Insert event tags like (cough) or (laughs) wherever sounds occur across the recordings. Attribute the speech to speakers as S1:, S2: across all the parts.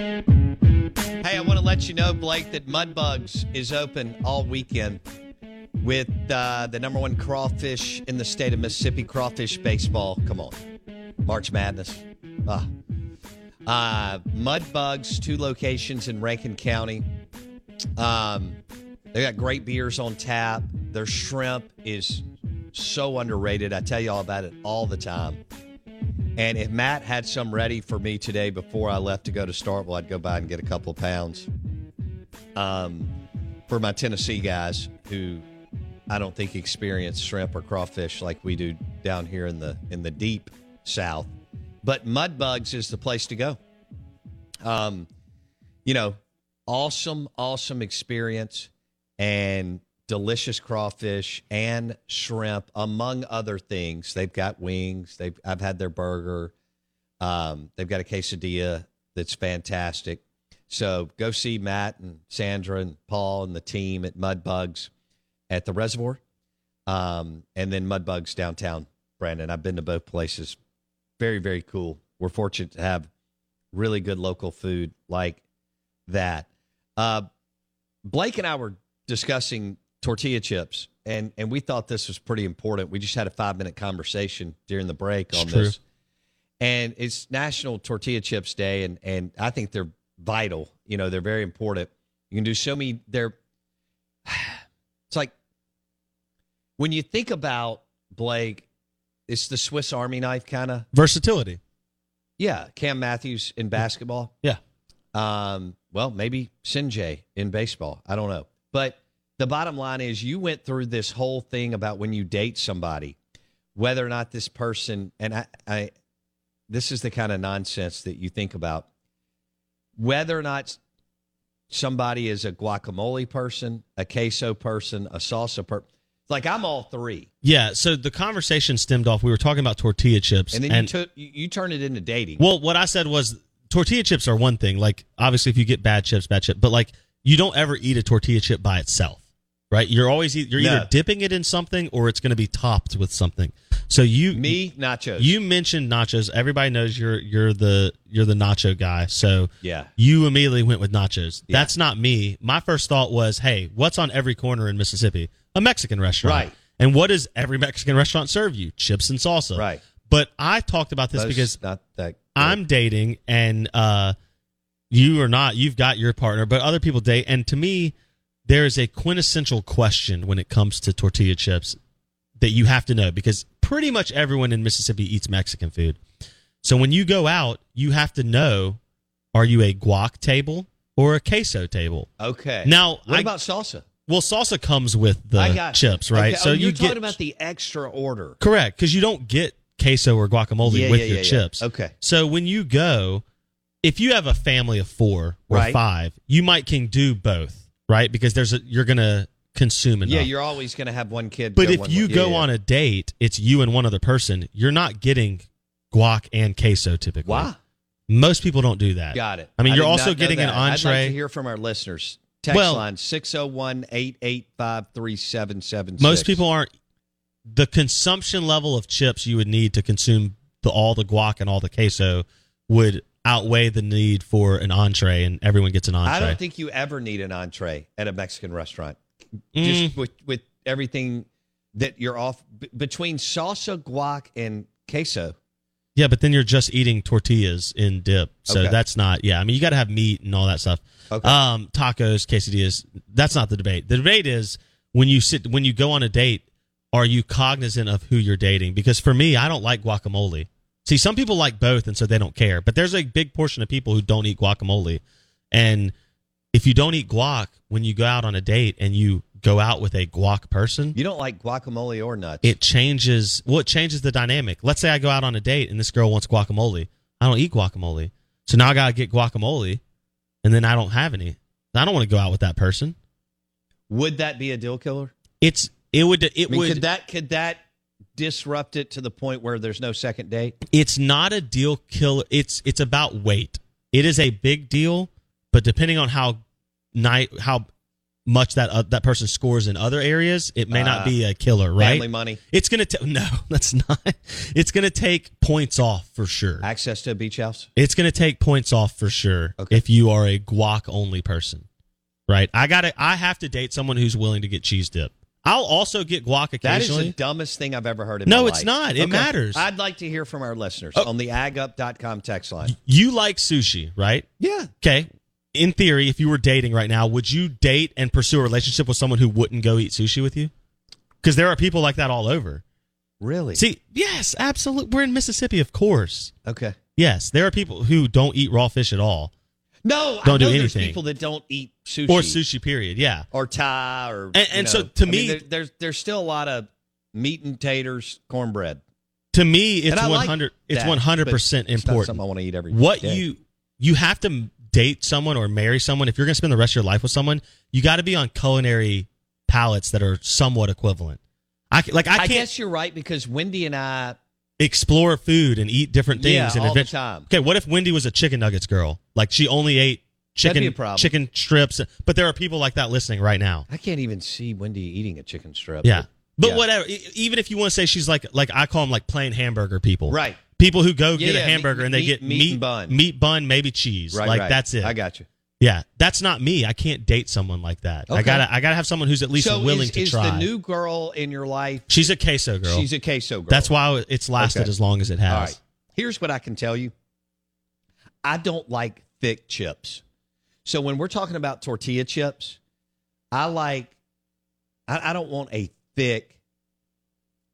S1: Hey, I want to let you know, Blake, that Mudbugs is open all weekend with uh, the number one crawfish in the state of Mississippi, crawfish baseball. Come on, March Madness. Ah. Uh, Mudbugs, two locations in Rankin County. Um, they got great beers on tap. Their shrimp is so underrated. I tell you all about it all the time. And if Matt had some ready for me today before I left to go to Starkville, I'd go by and get a couple of pounds um, for my Tennessee guys who I don't think experience shrimp or crawfish like we do down here in the in the deep South. But Mudbugs is the place to go. Um, you know, awesome, awesome experience and delicious crawfish and shrimp, among other things. They've got wings. They've I've had their burger. Um, they've got a quesadilla that's fantastic. So go see Matt and Sandra and Paul and the team at Mudbugs at the reservoir. Um, and then Mudbugs downtown, Brandon. I've been to both places. Very, very cool. We're fortunate to have really good local food like that. Uh, Blake and I were discussing tortilla chips, and and we thought this was pretty important. We just had a five minute conversation during the break on
S2: true.
S1: this, and it's National Tortilla Chips Day, and and I think they're vital. You know, they're very important. You can do so many. They're (sighs) it's like when you think about Blake, it's the Swiss Army knife kind of.
S2: Versatility.
S1: Yeah, Cam Matthews in basketball.
S2: Yeah.
S1: Um, well, maybe Sinjay in baseball. I don't know. But the bottom line is you went through this whole thing about when you date somebody, whether or not this person and I, I this is the kind of nonsense that you think about. Whether or not somebody is a guacamole person, a queso person, a salsa person. Like I'm all three.
S2: Yeah. So the conversation stemmed off. We were talking about tortilla chips,
S1: And then you took you, you turned it into dating.
S2: Well, what I said was tortilla chips are one thing. Like obviously, if you get bad chips, bad chip. But like you don't ever eat a tortilla chip by itself, right? You're always e- you're
S1: No.
S2: either dipping it in something or it's going to be topped with something. So you
S1: Me, nachos.
S2: you mentioned nachos. Everybody knows you're you're the you're the nacho guy. So
S1: Yeah.
S2: you immediately went with nachos.
S1: Yeah.
S2: That's not me. My first thought was, hey, what's on every corner in Mississippi? A Mexican restaurant.
S1: Right.
S2: And what does every Mexican restaurant serve you? Chips and salsa.
S1: Right.
S2: But I talked about this
S1: Most-
S2: because
S1: not that
S2: I'm dating and uh you are not, you've got your partner, but other people date and to me there is a quintessential question when it comes to tortilla chips that you have to know because pretty much everyone in Mississippi eats Mexican food. So when you go out, you have to know are you a guac table or a queso table?
S1: Okay.
S2: Now,
S1: what
S2: I-
S1: about salsa?
S2: Well, salsa comes with the
S1: I got
S2: chips, right?
S1: Okay, oh, you're
S2: you
S1: talking
S2: get
S1: about the extra order.
S2: Correct, because you don't get queso or guacamole
S1: Yeah,
S2: with
S1: yeah,
S2: your
S1: yeah, yeah.
S2: chips.
S1: Okay.
S2: So when you go, if you have a family of four or
S1: Right.
S2: five, you might can do both, right? Because there's a you're gonna consume enough.
S1: Yeah, you're always going to have one kid.
S2: but
S1: go
S2: if
S1: one
S2: you
S1: way.
S2: go
S1: Yeah, yeah.
S2: on a date, it's you and one other person. You're not getting guac and queso typically.
S1: why?
S2: Most people don't do that.
S1: Got it.
S2: I mean, you're
S1: did not
S2: also
S1: know
S2: getting an
S1: that. I'd like
S2: entree.
S1: to hear from our listeners. Text
S2: Well-
S1: line 601-885-3776.
S2: Most people aren't the consumption level of chips you would need to consume the all the guac and all the queso would outweigh the need for an entree and everyone gets an entree.
S1: I don't think you ever need an entree at a Mexican restaurant.
S2: Mm.
S1: Just with with everything that you're off b- between salsa, guac, and queso.
S2: yeah, but then you're just eating tortillas in dip. So
S1: Okay.
S2: that's not yeah, I mean you got to have meat and all that stuff.
S1: Okay.
S2: Um tacos, quesadillas, that's not the debate. The debate is when you sit when you go on a date are you cognizant of who you're dating? Because for me, I don't like guacamole. See, some people like both, and so they don't care. But there's a big portion of people who don't eat guacamole, and if you don't eat guac when you go out on a date and you go out with a guac person,
S1: You don't like guacamole or nuts.
S2: it changes well, it changes the dynamic. Let's say I go out on a date and this girl wants guacamole. I don't eat guacamole. So now I gotta get guacamole and then I don't have any. I don't want to go out with that person.
S1: Would that be a deal killer?
S2: It's it would it
S1: I mean,
S2: would
S1: could that could that disrupt it to the point where there's no second date?
S2: it's not a deal killer. It's it's about weight. It is a big deal, but depending on how night how much that uh, that person scores in other areas, it may
S1: Ah.
S2: not be a killer, right?
S1: Family money,
S2: It's gonna ta- (laughs) no, that's not. It's gonna take points off for sure.
S1: access to a beach house.
S2: It's gonna take points off for sure
S1: Okay.
S2: if you are a guac only person, right? I gotta. I have to date someone who's willing to get cheese dip. I'll also get guac
S1: That is
S2: occasionally.
S1: the dumbest thing I've ever heard in
S2: No,
S1: my
S2: it's
S1: life.
S2: not. It matters.
S1: I'd like to hear from our listeners
S2: Oh.
S1: on the agup.com text line.
S2: you like sushi, right?
S1: Yeah.
S2: Okay. In theory, if you were dating right now, would you date and pursue a relationship with someone who wouldn't go eat sushi with you? Because there are people like that all over.
S1: Really?
S2: See, yes, absolutely. We're in Mississippi, of course.
S1: Okay.
S2: Yes, there are people who don't eat raw fish at all
S1: No, I
S2: Don't do
S1: know There's
S2: anything.
S1: people that don't eat sushi
S2: or sushi. Period. Yeah,
S1: or Thai or.
S2: And-
S1: you
S2: and so
S1: know.
S2: to
S1: I mean,
S2: me-
S1: there- there's there's still a lot of meat and taters, cornbread.
S2: to me,
S1: And
S2: it's
S1: I like
S2: one hundred. It's
S1: that,
S2: one hundred percent
S1: but it's not something I
S2: important.
S1: want to eat every
S2: What
S1: day.
S2: you you have to date someone or marry someone if you're going to spend the rest of your life with someone. You got to be on culinary palates that are somewhat equivalent. I c- like I
S1: I,
S2: can't
S1: guess you're right because Wendy and I
S2: explore food and eat different things
S1: yeah,
S2: and
S1: all the
S2: adventure-
S1: time.
S2: Okay, what if Wendy was a chicken nuggets girl? Like she only ate
S1: That'd be a
S2: chicken
S1: problem.
S2: chicken strips. But there are people like that listening right now.
S1: I can't even see Wendy eating a chicken strip.
S2: Yeah. But
S1: Yeah.
S2: whatever. E- Even if you want to say she's like like I call them like plain hamburger people.
S1: Right.
S2: People who go
S1: Yeah,
S2: get
S1: yeah,
S2: a hamburger
S1: meat-
S2: and they
S1: meat-
S2: get
S1: meat
S2: meat,
S1: and bun.
S2: meat bun, maybe cheese.
S1: Right.
S2: like
S1: right.
S2: that's it.
S1: I got you.
S2: yeah, that's not me. I can't date someone like that. I
S1: Okay.
S2: gotta I gotta have someone who's at least
S1: so
S2: willing
S1: is,
S2: to
S1: is
S2: try.
S1: the new girl in your life?
S2: she's a queso girl.
S1: She's a queso girl.
S2: That's why it's lasted
S1: Okay.
S2: as long as it has.
S1: All right. Here's what I can tell you. I don't like thick chips. So when we're talking about tortilla chips, I like I, I don't want a thick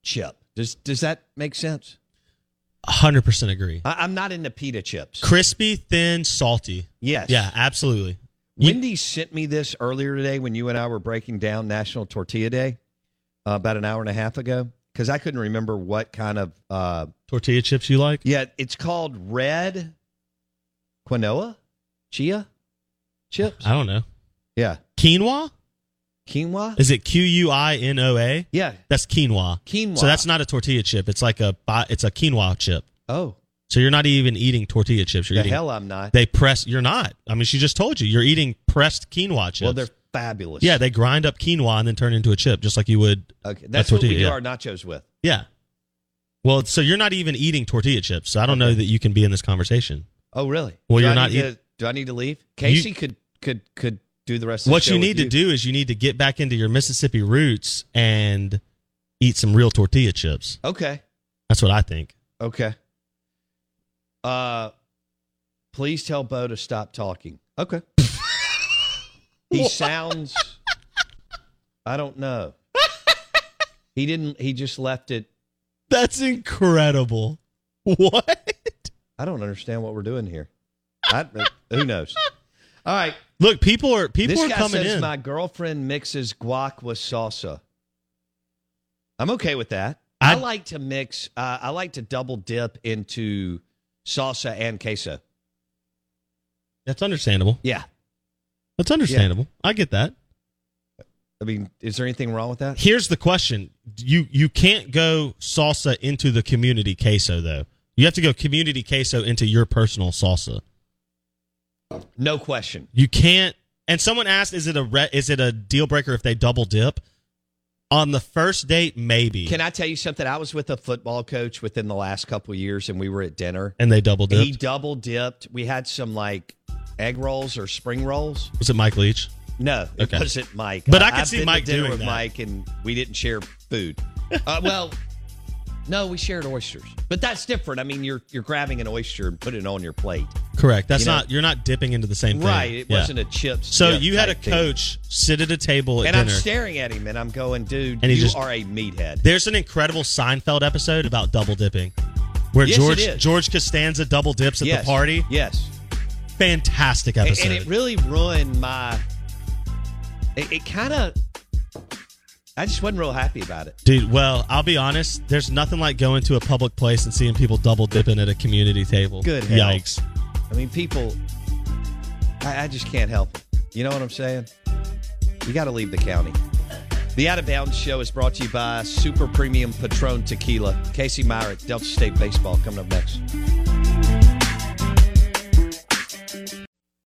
S1: chip. Does does that make sense?
S2: hundred percent agree.
S1: I, I'm not into pita chips.
S2: Crispy, thin, salty.
S1: Yes.
S2: Yeah, absolutely. You-
S1: Wendy sent me this earlier today when you and I were breaking down National Tortilla Day uh, about an hour and a half ago because I couldn't remember what kind of uh,
S2: tortilla chips you like?
S1: Yeah, it's called red quinoa, chia chips.
S2: I don't know.
S1: Yeah,
S2: Quinoa?
S1: quinoa.
S2: Is it Q U I N O A?
S1: Yeah,
S2: That's quinoa.
S1: quinoa.
S2: So that's not a tortilla chip. It's like a bi- it's a quinoa chip.
S1: Oh,
S2: So you're not even eating tortilla chips. You're
S1: the
S2: eating
S1: hell I'm not.
S2: they press. You're not. I mean, she just told you you're eating pressed quinoa chips.
S1: well, they're fabulous.
S2: yeah, they grind up quinoa and then turn it into a chip, just like you would.
S1: okay, that's
S2: that's
S1: what we do
S2: tortilla, yeah.
S1: our nachos with.
S2: Yeah. Well, so you're not even eating tortilla chips. So I don't know that you can be in this conversation.
S1: Oh, really?
S2: Well,
S1: Do
S2: you're
S1: I
S2: not
S1: need
S2: eat-
S1: to- do I need to leave? Casey could could could do the rest. of the
S2: what
S1: show
S2: you
S1: with
S2: need to do is you need to get back into your Mississippi roots and eat some real tortilla chips.
S1: Okay.
S2: That's what I think.
S1: Okay. Uh, please tell Bo to stop talking. Okay. (laughs) he sounds. I don't know. He didn't. He just left it.
S2: That's incredible. What?
S1: I don't understand what we're doing here. I, who knows? All right.
S2: Look, people are people
S1: this
S2: are
S1: guy
S2: coming
S1: says
S2: in.
S1: my girlfriend mixes guac with salsa. I'm okay with that. I,
S2: I-
S1: like to mix. Uh, I like to double dip into salsa and queso.
S2: That's understandable.
S1: Yeah.
S2: That's understandable. I get that.
S1: I mean, is there anything wrong with that?
S2: Here's the question. You you can't go salsa into the community queso though. You have to go community queso into your personal salsa.
S1: No question.
S2: You can't. And someone asked, "Is it a re- is it a deal breaker if they double dip?" On the first date, maybe.
S1: Can I tell you something? I was with a football coach within the last couple of years, and we were at dinner.
S2: and they double
S1: He
S2: dipped.
S1: double dipped. We had some like egg rolls or spring rolls.
S2: Was it Mike Leach?
S1: No, it
S2: Okay.
S1: wasn't Mike.
S2: But I could
S1: I've
S2: see
S1: been to
S2: Mike
S1: dinner
S2: doing
S1: with
S2: that.
S1: Mike, and we didn't share food. Uh, well, no, we shared oysters, but that's different. I mean, you're you're grabbing an oyster and putting it on your plate,
S2: Correct. That's
S1: You know-
S2: not. You're not dipping into the same thing.
S1: right? It
S2: Yeah.
S1: wasn't a chips.
S2: So
S1: dip
S2: you had a
S1: type thing.
S2: coach sit at a table at
S1: and I'm
S2: dinner.
S1: staring at him, and I'm going, dude,
S2: And he
S1: you
S2: just-
S1: are a meathead.
S2: There's an incredible Seinfeld episode about double dipping, where
S1: Yes, it
S2: George
S1: is.
S2: George Costanza double dips at
S1: Yes.
S2: the party,
S1: Yes.
S2: fantastic
S1: And-
S2: episode.
S1: And it really ruined my. It, it kind of. I just wasn't real happy about it.
S2: Dude, well, I'll be honest. There's nothing like going to a public place and seeing people double dipping at a community table.
S1: Good hell.
S2: Yikes.
S1: I mean, people. I, I just can't help it. You know what I'm saying? You got to leave the county. The Out of Bounds Show is brought to you by Super Premium Patron Tequila. Casey Myrick, Delta State Baseball, coming up next.